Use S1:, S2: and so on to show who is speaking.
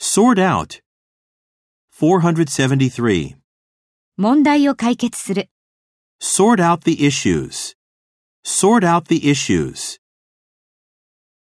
S1: Sort out. 473.
S2: 問題を解決する。
S1: Sort out the issues. Sort out the issues.